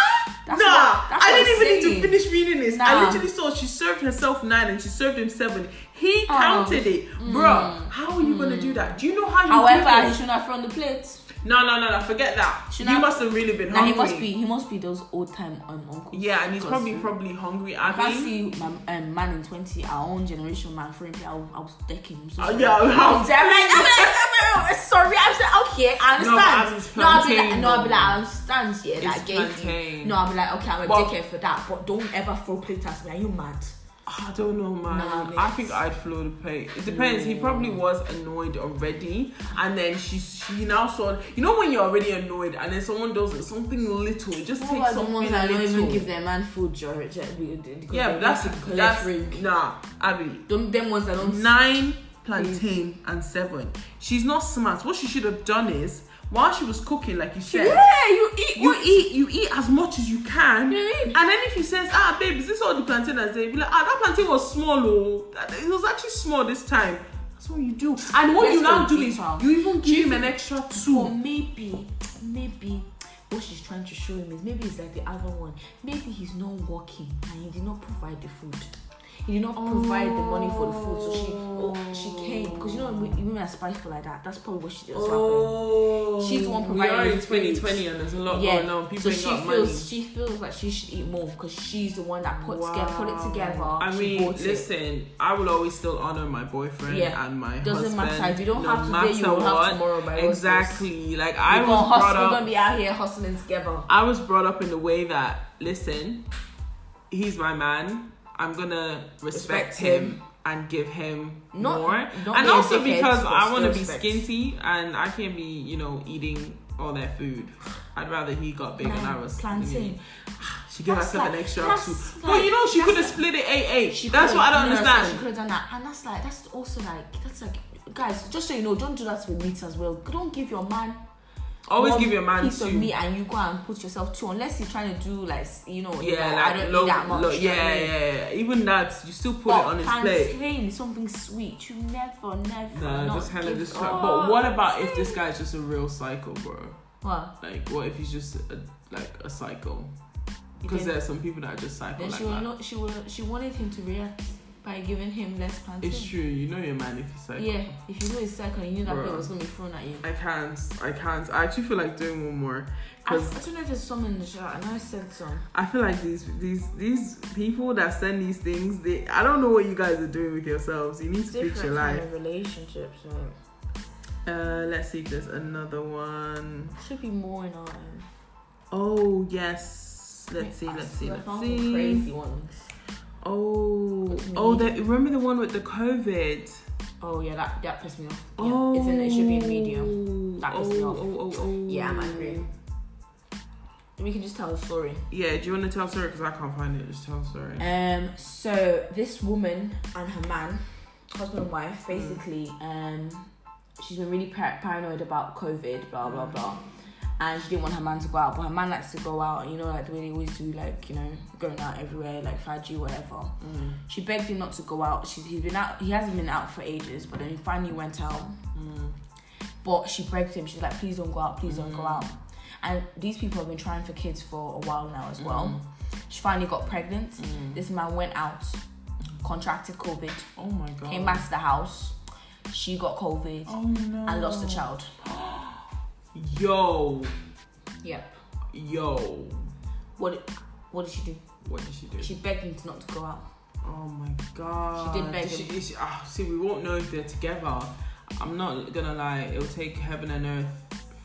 nah, That's what- that's I what didn't I'm even saying. need to finish reading this. I Nah. literally saw she served herself nine and she served him seven. He Oh. Hmm. counted it, Bruh, How are you gonna do that? Do you know how you do However, he this? should not have thrown the plate. No, no, no, no. Forget that. Should you I- must have really been Nah, hungry. he must be he must be those old time um, uncles. Yeah, and he's Because probably probably hungry. I Abby. can't see my um, man in twenty, our own generation man friend. I, was- I was decking him. So Oh, sorry. yeah, I'm how like, I'm like, I'm like, sorry. I'm saying, okay, I No, but understand. Abby's No, I'll be like, plantain, no, I'll be though. like, I understand. Yeah, that It's gave you. plantain. No, I'll be like, okay, I'm a But- dickhead for that, but don't ever throw plate at me. Are you mad? I don't know, man. Nah, mate. I think I'd flow the pay. It depends. He probably was annoyed already, and then she she now saw. You know when you're already annoyed, and then someone does it, something little. It just What takes about the something ones that don't little. even give their man food, George? Because yeah, they but that's want to collect that's ring. nah, Abby. Them, them ones that don't. Nine plantain and seven. She's not smart. What she should have done is while she was cooking, like you said. yeah, you eat. You what eat, you eat as much as you can, You know what I mean? and then if he says, "Ah, babe, is this all the plantain?" I say, "Be like, ah, that plantain was small, oh, That- it was actually small this time." That's what you do, and what Let's you now go do is deeper. you even Do you give him an extra Or two. maybe, maybe what she's trying to show him is maybe it's like the other one. Maybe he's not working and he did not provide the food. He did not provide the money for the food, so she oh, she came because you know when women are spiteful like that. That's probably what she did. Oh, Oh, She's the one We are providing in the food. 2020, and there's a lot yeah. going on. People so ain't she got feels money. she feels like she should eat more because she's the one that put together put it together. I she mean, bought it. listen, I will always still honor my boyfriend Yeah. and my Doesn't husband. matter if you don't no have today, you matter will have what. tomorrow. By all means. Exactly. Like I We're was gonna brought hustle. We're up gonna be out here hustling together. I was brought up in the way that listen, he's my man. I'm gonna respect, Respect him, him. and give him Not- more, not and be a also dickhead, because but I still want to be respect. skinty and I can't be you know eating all that food. I'd rather he got big and I was planting. She gave That's herself an like- extra that's two. like- well, you know she that's could have like- split it eight eight. She That's could've- what I don't no, that's like- She understand. could have done that, and that's like that's also like that's like guys. Just so you know, don't do that with meat as well. Don't give your man Always one give your man piece of two. meat and you go and put yourself two, unless he's trying to do like s- you know. you're Yeah, like, like I don't low, eat that much. low- you know what I yeah, mean? yeah. Even that, you still put But it on his plate. plantain, something sweet. You never, never. Nah, not just kind of give- just. Oh, but what about if this guy's just a real psycho, bro? What? Like, what if he's just a, like a psycho? Because Then, there's some people that are just psycho then like she will that. know. She will. She wanted him to react by giving him less plantain. It's true. You know your man if he's psycho. Yeah, if you know it's second, you knew that Bruh. plate was gonna be thrown at you. I can't. I can't. I actually feel like doing one more I, I because don't know if there's some in the shower. I know I said some. I feel like these these these people that send these things. They I don't know what you guys are doing with yourselves. You need It's to fix your different kind life. of relationships. Right? Uh, let's see if there's another one. Should be more in our. um, Oh yes. Let's see. I- Let's see. I Let's found some see. Crazy ones. Oh, It's oh, me. the, remember the one with the COVID? Oh yeah, that that pissed me off. Yeah, Oh, it's in, it should be in medium. That oh, pissed me off. Oh, oh, oh. Yeah, I'm angry. We can just tell the story. Yeah, do you want to tell a story? Because I can't find it. Just tell a story. Um, so this woman and her man, husband and wife, basically, um, she's been really par- paranoid about COVID, blah blah blah, and she didn't want her man to go out, but her man likes to go out, you know, like the way they always do, like you know, going out everywhere, like fudgy, whatever. Mm, She begged him not to go out. She's he's been out. He hasn't been out for ages, but then he finally went out. mm. But she begged him. She's like, please don't go out. Please don't go out. And these people have been trying for kids for a while now as well. She finally got pregnant. This man went out, contracted COVID, mm. Oh my god. came back to the house. She got COVID Oh no. and lost the child. Yo, Yep. yo. What? What did she do? What did she do? She begged him to not to go out. oh my god. She did beg She, him. is she, ah, see, we won't know if they're together. I'm not gonna lie. It'll take heaven and earth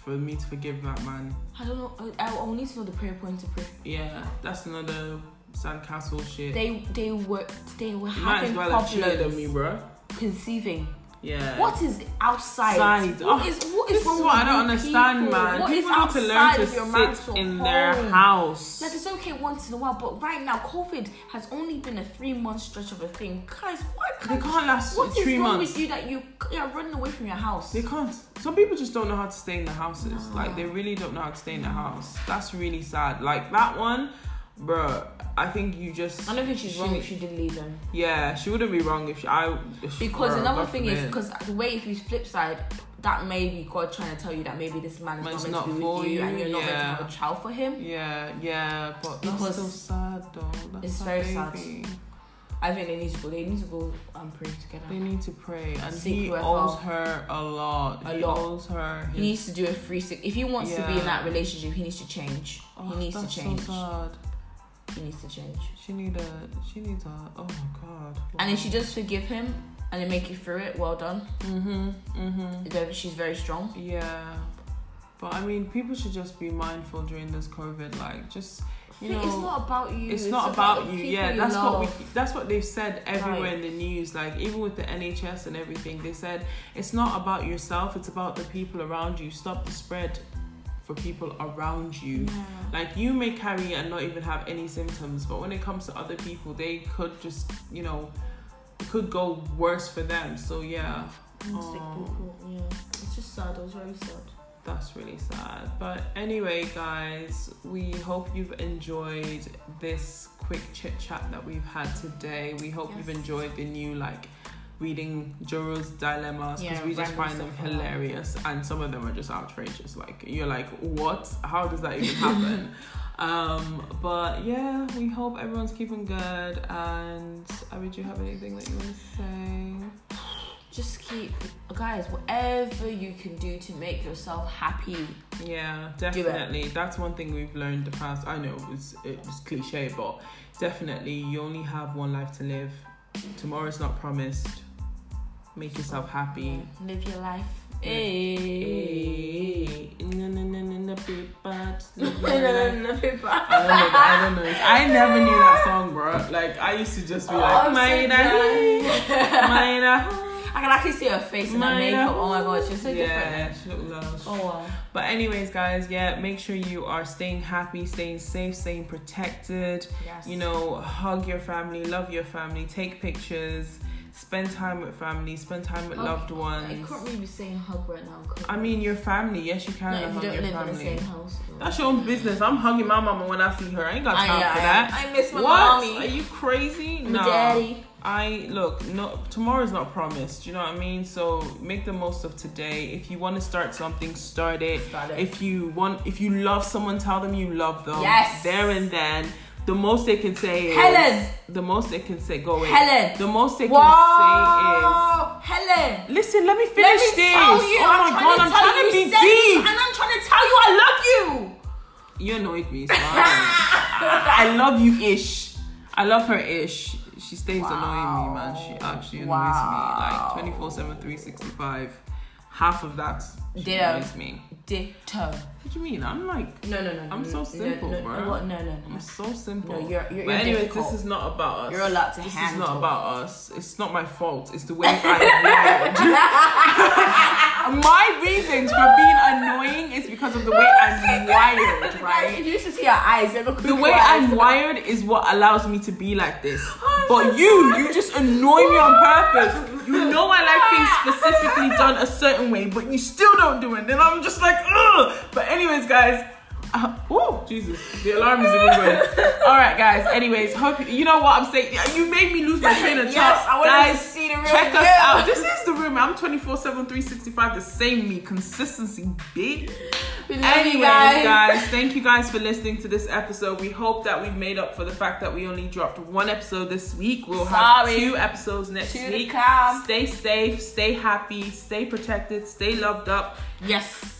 for me to forgive that man. I don't know. I, I will need to know the prayer point to pray. Yeah, that's another sandcastle shit. They they were they were You might as having well have cheated on me, problems bro. conceiving. Yeah. What is outside? Side. What Oh, is what This is is wrong what I with don't you understand, people? man. What is people need to learn outside of your to man's sit in home? their house. Like it's okay once in a while, but right now COVID has only been a three month stretch of a thing. Guys, why they can't? can't last What is three wrong months. with you that you c- are running away from your house? They can't. Some people just don't know how to stay in the houses. No. Like they really don't know how to stay in the house. That's really sad. Like that one, bruh. I think you just. I don't think she's she- wrong if she did leave them. Yeah, she wouldn't be wrong if she. I. if- Because bruh, another God thing is, forbid. because the way if you flip side, that may be God trying to tell you that maybe this man is Man's not meant not to be for with you, and you, you're not meant to yeah. have a child for him. Yeah, yeah, but that's Because so sad though. That's it's her very sad. baby. I I think they need to go. They need to go and pray together. They need to pray, and Seek he whoever. owes her a lot. A he lot. owes her. He needs to do a free six. If he wants to be Yeah. in that relationship, he needs to change. Oh, he needs to that's change. So sad. he needs to change. She need a. She needs a. Oh my god. And if she does forgive him and they make it through it, well done. mm-hmm, Mhm. Mhm. Then She's very strong. Yeah. But I mean, people should just be mindful during this COVID. Like, just you Think it's know, not about you. it's, not about, the you. people Yeah, you that's what we. love. That's what they've said everywhere Right. in the news. Like even with the NHS and everything, they said it's not about yourself. It's about the people around you. Stop the spread for people around you. Yeah. Like you may carry it and not even have any symptoms, but when it comes to other people, they could just you know, it could go worse for them. So yeah, It's like Aw. people, yeah. It's just sad. It was very sad. that's really sad. But anyway, guys, we hope you've enjoyed this quick chit chat that we've had today. We hope Yes. you've enjoyed the new like reading Jorah's dilemmas because Yeah, we just random find them stuff like that. hilarious and some of them are just outrageous. Like you're like, what? How does that even happen? um, but yeah, we hope everyone's keeping good. And Abby, do you have anything that you want to say? Just keep, guys. Whatever you can do to make yourself happy, Yeah, Do it. definitely. That's one thing we've learned the past. I know it's it's cliche, but definitely you only have one life to live. Tomorrow's not promised. Make yourself happy. live your life. Yeah. Hey. Hey. Na, na, na, na, na, be bad. Live I your life. don't know if I don't know. I don't know. I never knew that song, bro. Like I used to just be like, Oh, I'm so Maida, glad. Maida, I can actually see her face and her Maida. makeup. Oh my god, she's so yeah, different. she looked lush. Oh wow. But anyways, guys, yeah, make sure you are staying happy, staying safe, staying protected. Yes. You know, hug your family, love your family, take pictures, spend time with family, spend time with Hug- loved I ones. can't really be saying hug right now. could um, I you? mean, your family. Yes, you can no, if you hug don't your live in the family. same house. That's your own business. I'm hugging my mama when I see her. I ain't got I, time for I- that. I miss my what? mommy. Are you crazy? my No. daddy. I look, no tomorrow's not promised, you know what I mean? So make the most of today. If you want to start something, start it. Start it. If you want if you love someone, tell them you love them. Yes. There and then. The most they can say is Helen. The most they can say go away. Helen. The most they can Wow. Helen. say is Listen, let me finish Let me this. tell you. oh my I'm god, trying to I'm tell trying you, to you be said it, deep. and I'm trying to tell you I love you. You annoyed me, so I, I love you ish. I love her ish. She stays annoying me, man. She actually annoys Wow. me. Like 24 7, 365. Half of that she Ditto. annoys me. Ditto. What do you mean? I'm like, No, no, no. I'm no, so no, simple, no, no, bruh. what? No, no, no. I'm so simple. No, you're- you're- you're but anyways, difficult. this is not about us. You're a lot to This is handle. not about us. It's not my fault. It's the way I'm wired. my reasons for being annoying is because of the way I'm wired, right? If you should see her eyes, they look The way I'm wired is what allows me to be like this. Oh, But you, you just annoy me on purpose. You know I like things specifically done a certain way, but you still don't do it. Then I'm just like, ugh. But anyways, guys. Uh, oh Jesus! The alarm is even going. All right, guys. Anyways, hope you, you know what I'm saying. You made me lose my train of thought, Yes, I wanted to guys. see the real Check us you. out. This is the room. I'm 24 7, 365. The same me. Consistency, bitch. We love you Anyways, guys. guys. thank you guys for listening to this episode. We hope that we've made up for the fact that we only dropped one episode this week. We'll Sorry. have two episodes next To the week. come. Stay safe, stay happy, stay protected, stay loved up. Yes.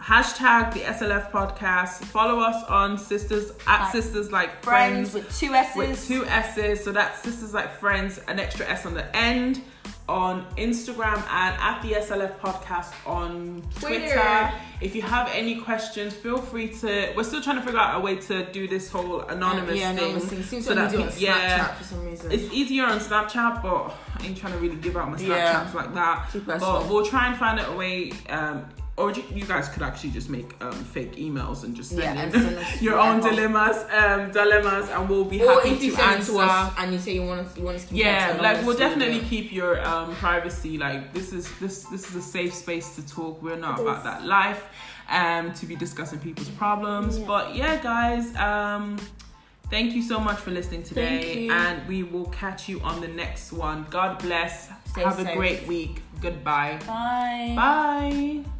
Hashtag the SLF podcast. Follow us on sisters at Like sisters like Friends, friends with two S's. with two S's. So that's sisters like friends, an extra S on the end. On Instagram and at the SLF podcast on Twitter. Twitter. If you have any questions, feel free to. We're still trying to figure out a way to do this whole anonymous yeah, thing. Anonymous thing. Seems so like that we do on pe- yeah. Snapchat for some reason. It's easier on Snapchat, but I ain't trying to really give out my Snapchats Yeah. like that. Keep us But on. Oh, we'll try and find out a way. Um, or you you guys could actually just make um, fake emails and just send Yeah, in and send us your own whatever. dilemmas, um, dilemmas, and we'll be or happy if you to send it answer. to us and you say you want us, you want us to keep yeah, it like anonymous, we'll definitely do it. keep your um, privacy. Like this is this this is a safe space to talk. We're not about that life, um, to be discussing people's problems. Yeah. But yeah, guys, um, thank you so much for listening Thank today, you. and we will catch you on the next one. God bless. Stay Have safe. a great week. Goodbye. Bye. Bye.